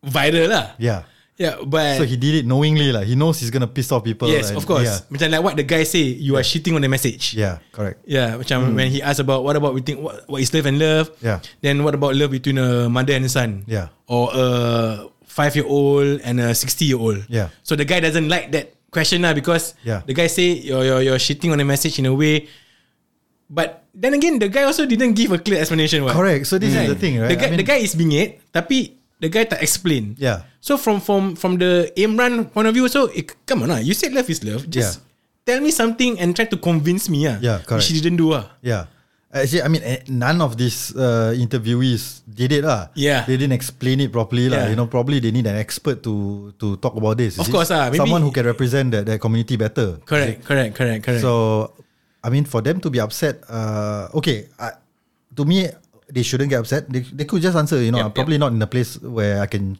Speaker 2: viral lah.
Speaker 1: Yeah.
Speaker 2: Yeah, but
Speaker 1: So he did it knowingly, like he knows he's gonna piss off people.
Speaker 2: yes,
Speaker 1: and-
Speaker 2: of course.
Speaker 1: Yeah.
Speaker 2: Macam like what the guy say, you are shitting on the message.
Speaker 1: Yeah. Correct.
Speaker 2: Yeah, macam when he asked about what about we think what, what is love and love?
Speaker 1: Hmm. Yeah.
Speaker 2: Then what about love between a mother and a son?
Speaker 1: Yeah.
Speaker 2: Or a five year old and a sixty year old.
Speaker 1: Yeah.
Speaker 2: So the guy doesn't like that question lah because
Speaker 1: Yeah.
Speaker 2: the guy say you're, you're you're shitting on the message in a way. But then again, the guy also didn't give a clear explanation. What?
Speaker 1: Correct. So this is the thing, right?
Speaker 2: Hmm. The guy,
Speaker 1: I mean-
Speaker 2: the guy is bingit, tapi the guy tak explain.
Speaker 1: Yeah.
Speaker 2: So from from from the Imran point of view, so it, come on, lah. you said love is love. Just
Speaker 1: Yeah.
Speaker 2: tell me something and try to convince me, ah.
Speaker 1: Yeah, correct.
Speaker 2: Which he didn't do, ah.
Speaker 1: Yeah. Actually, I mean, eh, none of these uh, interviewees did it lah.
Speaker 2: Yeah.
Speaker 1: They didn't explain it properly lah.
Speaker 2: Yeah.
Speaker 1: You know, probably they need an expert to to talk about this.
Speaker 2: Of
Speaker 1: Is it
Speaker 2: course lah, maybe-
Speaker 1: Someone who can represent that, that community better.
Speaker 2: Correct, correct, correct, correct.
Speaker 1: So, I mean, for them to be upset, uh, okay, I, to me, they shouldn't get upset. They, they could just answer, you know, I'm probably not in a place where I can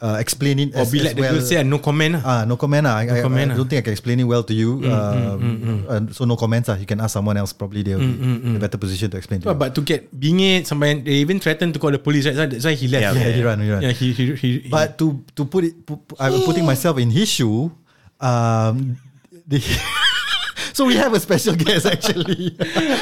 Speaker 1: uh, explain it
Speaker 2: or
Speaker 1: as,
Speaker 2: be
Speaker 1: as
Speaker 2: like the
Speaker 1: well.
Speaker 2: girl say, ah, no comment, ah.
Speaker 1: Ah, no comment. Ah. I, I- I,
Speaker 2: comment, ah.
Speaker 1: don't think I can explain it well to you. um, and so no comments. Ah. You can ask someone else. Probably they'll be in a better position to explain to
Speaker 2: But,
Speaker 1: you.
Speaker 2: but to get bingit, somebody they even threatened to call the police. Right? That's why he left.
Speaker 1: yeah, he run, he run.
Speaker 2: Yeah, he, he, he, he-
Speaker 1: But to to put it, pu- pu- I'm putting myself in his shoe. Um, the, so we have a special guest actually.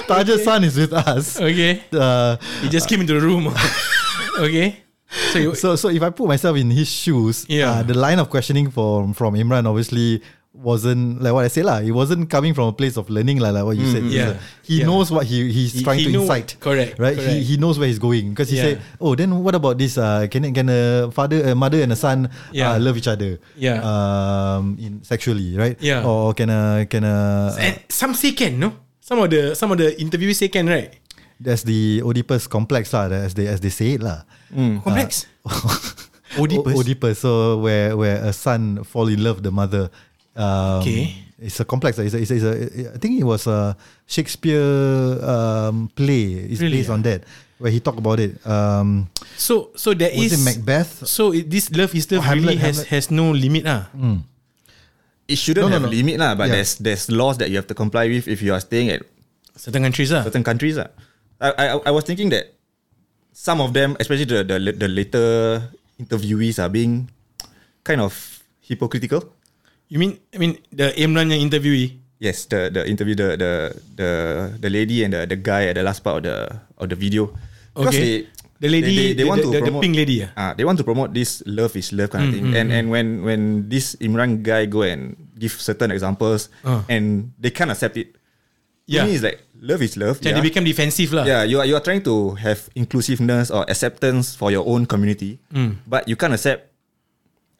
Speaker 1: Taj's son is with us.
Speaker 2: okay,
Speaker 1: Uh,
Speaker 2: he just came into the room. okay, so you,
Speaker 1: so so if I put myself in his shoes,
Speaker 2: Yeah.
Speaker 1: uh, the line of questioning from from Imran obviously wasn't like what I said lah. It wasn't coming from a place of learning lah, like what you said. It was
Speaker 2: Mm, yeah.
Speaker 1: a- he
Speaker 2: Yeah.
Speaker 1: knows what he he's
Speaker 2: He-
Speaker 1: trying to
Speaker 2: he know-
Speaker 1: incite.
Speaker 2: correct,
Speaker 1: Right.
Speaker 2: correct.
Speaker 1: He he knows where he's going because he said,
Speaker 2: Yeah.
Speaker 1: oh then what about this? Uh, can it- can a father a mother and a son uh,
Speaker 2: Yeah.
Speaker 1: love each other?
Speaker 2: Yeah.
Speaker 1: Um, in sexually, right?
Speaker 2: Yeah.
Speaker 1: Or can a can a
Speaker 2: and some say can no. Some of the some of the interviewees say can right.
Speaker 1: that's the Oedipus complex lah, as they as they say it lah.
Speaker 2: Mm. Complex.
Speaker 1: Oedipus. Oedipus. So where where a son fall in love with the mother. Um,
Speaker 2: Okay.
Speaker 1: It's a complex. It's a, it's a, it's a, I think it was a Shakespeare um, play. It's
Speaker 2: Really,
Speaker 1: based
Speaker 2: ah?
Speaker 1: on that where he talked about it. Um,
Speaker 2: So so there
Speaker 1: was it
Speaker 2: is
Speaker 1: Macbeth?
Speaker 2: So it, this love is love
Speaker 1: Oh, Hamlet, Hmm.
Speaker 2: really has has no limit ah.
Speaker 6: It shouldn't
Speaker 1: No, no,
Speaker 6: have
Speaker 1: no.
Speaker 6: limit lah, but
Speaker 1: Yeah.
Speaker 6: there's there's laws that you have to comply with if you are staying at
Speaker 2: Certain countries ah.
Speaker 6: certain countries lah. I, I I was thinking that some of them, especially the the, the later interviewees, are being kind of hypocritical.
Speaker 2: You mean I mean the Imran yang interviewee.
Speaker 6: Yes, the the interview, the the the the lady and the, the guy at the last part of the of the video. Because
Speaker 2: Okay.
Speaker 6: they-
Speaker 2: The lady,
Speaker 6: they, they, they
Speaker 2: the-
Speaker 6: want
Speaker 2: the-
Speaker 6: to
Speaker 2: the- the
Speaker 6: promote,
Speaker 2: pink lady, ah?
Speaker 6: Ah, they want to promote this love is
Speaker 2: Mm,
Speaker 6: love kind of thing. and and when when this Imran guy go and give certain examples,
Speaker 2: Ah.
Speaker 6: and they can't accept it.
Speaker 2: Yeah.
Speaker 6: To me, it's like love is love.
Speaker 2: Macam
Speaker 6: yeah.
Speaker 2: dia become defensive lah.
Speaker 6: Yeah, you are you are trying to have inclusiveness or acceptance for your own community, but you can't accept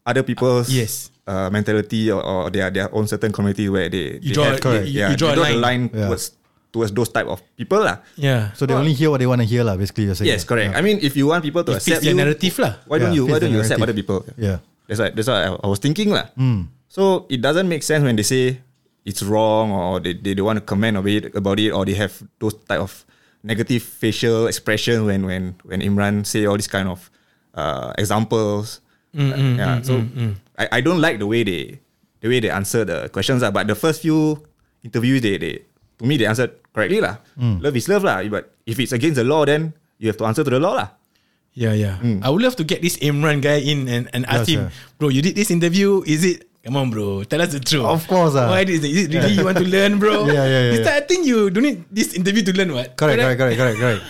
Speaker 6: other
Speaker 2: Uh,
Speaker 6: people's
Speaker 2: Mm. yes.
Speaker 6: uh, mentality or, or their their own certain community where they
Speaker 2: You
Speaker 6: they
Speaker 2: draw, you,
Speaker 6: have,
Speaker 1: correct.
Speaker 2: you
Speaker 6: yeah,
Speaker 2: draw a
Speaker 6: they
Speaker 2: line.
Speaker 6: the line
Speaker 1: Yeah.
Speaker 6: towards towards those type of people lah.
Speaker 2: Yeah.
Speaker 1: So they only hear what they want to hear, lah. Basically, you're saying.
Speaker 6: Yes, correct. I mean, if you want people to
Speaker 2: It fits
Speaker 6: accept
Speaker 2: their
Speaker 6: you,
Speaker 2: narrative lah.
Speaker 6: why
Speaker 1: Yeah,
Speaker 6: don't you why
Speaker 1: fits
Speaker 6: don't
Speaker 1: the
Speaker 6: you accept other
Speaker 1: narrative.
Speaker 6: people?
Speaker 1: Yeah.
Speaker 6: That's why that's why I, I was thinking lah.
Speaker 1: Hmm.
Speaker 6: So it doesn't make sense when they say it's wrong or they they don't want to comment of it about it or they have those type of negative facial expression when when when Imran say all these kind of uh, examples. yeah. so I, I don't like the way they the way they answer the questions lah. But the first few interviews they they to me they answered correctly lah.
Speaker 1: Mm.
Speaker 6: Love is love lah. But if it's against the law, then you have to answer to the law lah.
Speaker 2: Yeah, yeah. I would love to get this Imran guy in and, and
Speaker 1: Hmm. Yeah,
Speaker 2: ask him,
Speaker 1: sure.
Speaker 2: bro, you did this interview. Is it? Come on, bro. Tell us the truth.
Speaker 1: Of course, ah.
Speaker 2: Why is it, is it really you want to learn, bro?
Speaker 1: Yeah, yeah, yeah,
Speaker 2: This type of thing you don't need this interview to learn, what?
Speaker 1: Correct, correct, correct, correct, correct.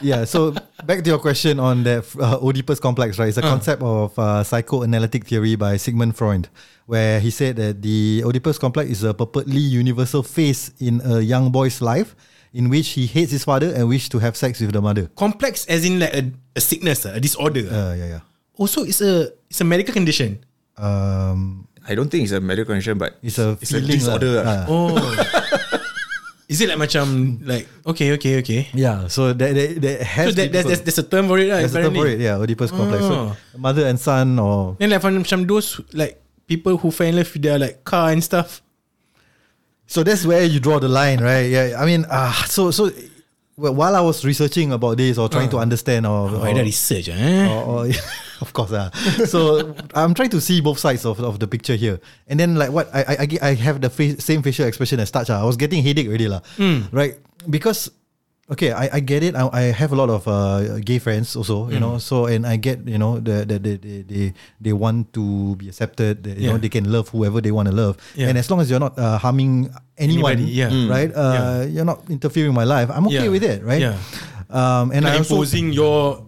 Speaker 1: yeah. So back to your question on that uh, Oedipus complex, right? It's a concept of uh, psychoanalytic theory by Sigmund Freud, where he said that the Oedipus complex is a purportedly universal phase in a young boy's life in which he hates his father and wishes to have sex with the mother.
Speaker 2: Complex as in like a, a sickness, ah, a disorder. ah.
Speaker 1: Uh, yeah, yeah.
Speaker 2: also, it's a it's a medical condition.
Speaker 1: Um,
Speaker 6: I don't think it's a medical condition, but
Speaker 1: it's a
Speaker 6: it's a
Speaker 1: feeling lah.
Speaker 6: disorder. lah.
Speaker 1: Ah.
Speaker 2: Oh. is it like macam like okay, okay, okay.
Speaker 1: Yeah, so that that, that
Speaker 2: So
Speaker 1: has
Speaker 2: that,
Speaker 1: been
Speaker 2: there's, there's, there's a term for it, right?
Speaker 1: there's a term for it. Yeah, Oedipus complex. So
Speaker 2: Oh.
Speaker 1: mother and son, or
Speaker 2: Then like for macam those like people who fell in love with their like car and stuff.
Speaker 1: so that's where you draw the line, right? Yeah, I mean, ah, so so well, while I was researching about this or trying to understand or,
Speaker 2: Oh,
Speaker 1: or-
Speaker 2: I dah research ah, eh.
Speaker 1: or- or- of course, ah. So I'm trying to see both sides of, of the picture here, and then like what I I- I, get- I have the fa- same facial expression as Touch. Ah, I was getting headache already, lah.
Speaker 2: Hmm.
Speaker 1: Right, because. Okay, I, I get it. I, I have a lot of uh, gay friends also,
Speaker 2: Hmm.
Speaker 1: you know. So and I get you know that the, the, they they they want to be accepted. That, you know
Speaker 2: Yeah.
Speaker 1: they can love whoever they want to love,
Speaker 2: Yeah.
Speaker 1: and as long as you're not uh, harming anyone,
Speaker 2: Anybody, yeah. Mm.
Speaker 1: right? Uh, You're not interfering with my life. I'm okay
Speaker 2: Yeah.
Speaker 1: with it, right?
Speaker 2: Yeah.
Speaker 1: Um, and I
Speaker 2: like
Speaker 1: also,
Speaker 2: imposing your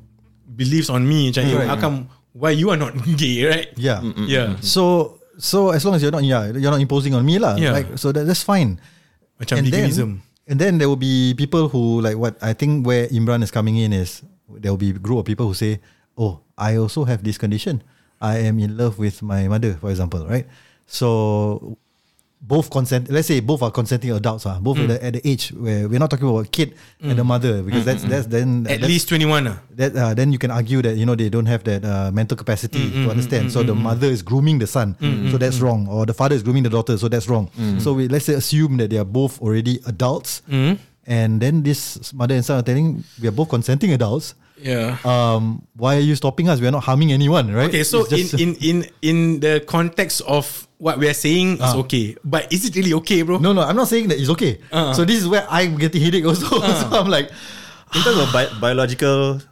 Speaker 2: beliefs on me. Macam, right. how come why you are not gay, right?
Speaker 1: yeah.
Speaker 2: Yeah.
Speaker 1: So so as long as you're not yeah you're not imposing on me lah.
Speaker 2: Yeah.
Speaker 1: Like so that, that's fine.
Speaker 2: Macam legalism.
Speaker 1: Then, and then there will be people who like what I think where Imran is coming in is there will be a group of people who say, "Oh, I also have this condition. I am in love with my mother, for example, right?" So both consent. Let's say both are consenting adults. Ah,
Speaker 2: Mm.
Speaker 1: both at, the, at the age where we're not talking about a kid and the mother because that's that's then
Speaker 2: mm,
Speaker 1: that's-
Speaker 2: At least 21 ah.
Speaker 1: that uh, then you can argue that you know they don't have that uh, mental
Speaker 2: Mm,
Speaker 1: capacity to understand. so the mother is grooming the son, so that's wrong, or the father is grooming the daughter, so that's wrong.
Speaker 2: Mm.
Speaker 1: So we let's say assume that they are both already adults, and then this mother and son are telling we are both consenting adults.
Speaker 2: Yeah.
Speaker 1: Um, why are you stopping us? We are not harming anyone, right?
Speaker 2: Okay, so
Speaker 1: It's just-
Speaker 2: in, in in in the context of what we are saying is
Speaker 1: Ah.
Speaker 2: okay, but is it really okay, bro?
Speaker 1: no, no, I'm not saying that it's okay.
Speaker 2: Uh-uh.
Speaker 1: So this is where I'm getting headache also. so
Speaker 2: Uh-huh.
Speaker 1: I'm like,
Speaker 6: in terms of bi- biological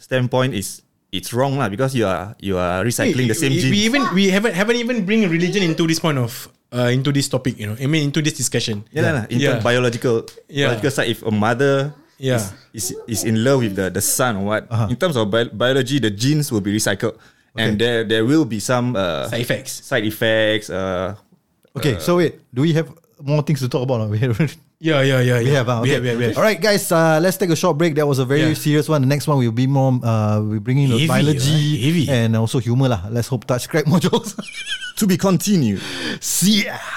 Speaker 6: standpoint, it's it's wrong lah because you are you are recycling the same
Speaker 2: we,
Speaker 6: gene.
Speaker 2: we even we haven't haven't even bring religion into this point of uh, into this topic, you know. I mean into this discussion.
Speaker 6: yeah, lah, lah. in
Speaker 2: Yeah.
Speaker 6: terms biological
Speaker 2: Yeah.
Speaker 6: biological side, if a mother
Speaker 2: Yeah.
Speaker 6: is, is is in love with the the son or what,
Speaker 2: Uh-huh.
Speaker 6: in terms of bi- biology, the genes will be recycled, and there there will be some uh,
Speaker 2: Side effects.
Speaker 6: side effects. Uh,
Speaker 1: okay, so wait, do we have more things to talk about? We already-
Speaker 2: Yeah, yeah, yeah, yeah.
Speaker 1: We have, ah,
Speaker 2: we
Speaker 1: okay.
Speaker 2: have, we have, we have.
Speaker 1: All right, guys. Uh, let's take a short break. That was a very
Speaker 2: Yeah.
Speaker 1: serious one. The next one will be more. Uh, we bring in the
Speaker 2: Heavy,
Speaker 1: biology
Speaker 2: right? Heavy.
Speaker 1: and also humor lah. Let's hope touch crack more jokes.
Speaker 6: to be continued.
Speaker 1: See ya.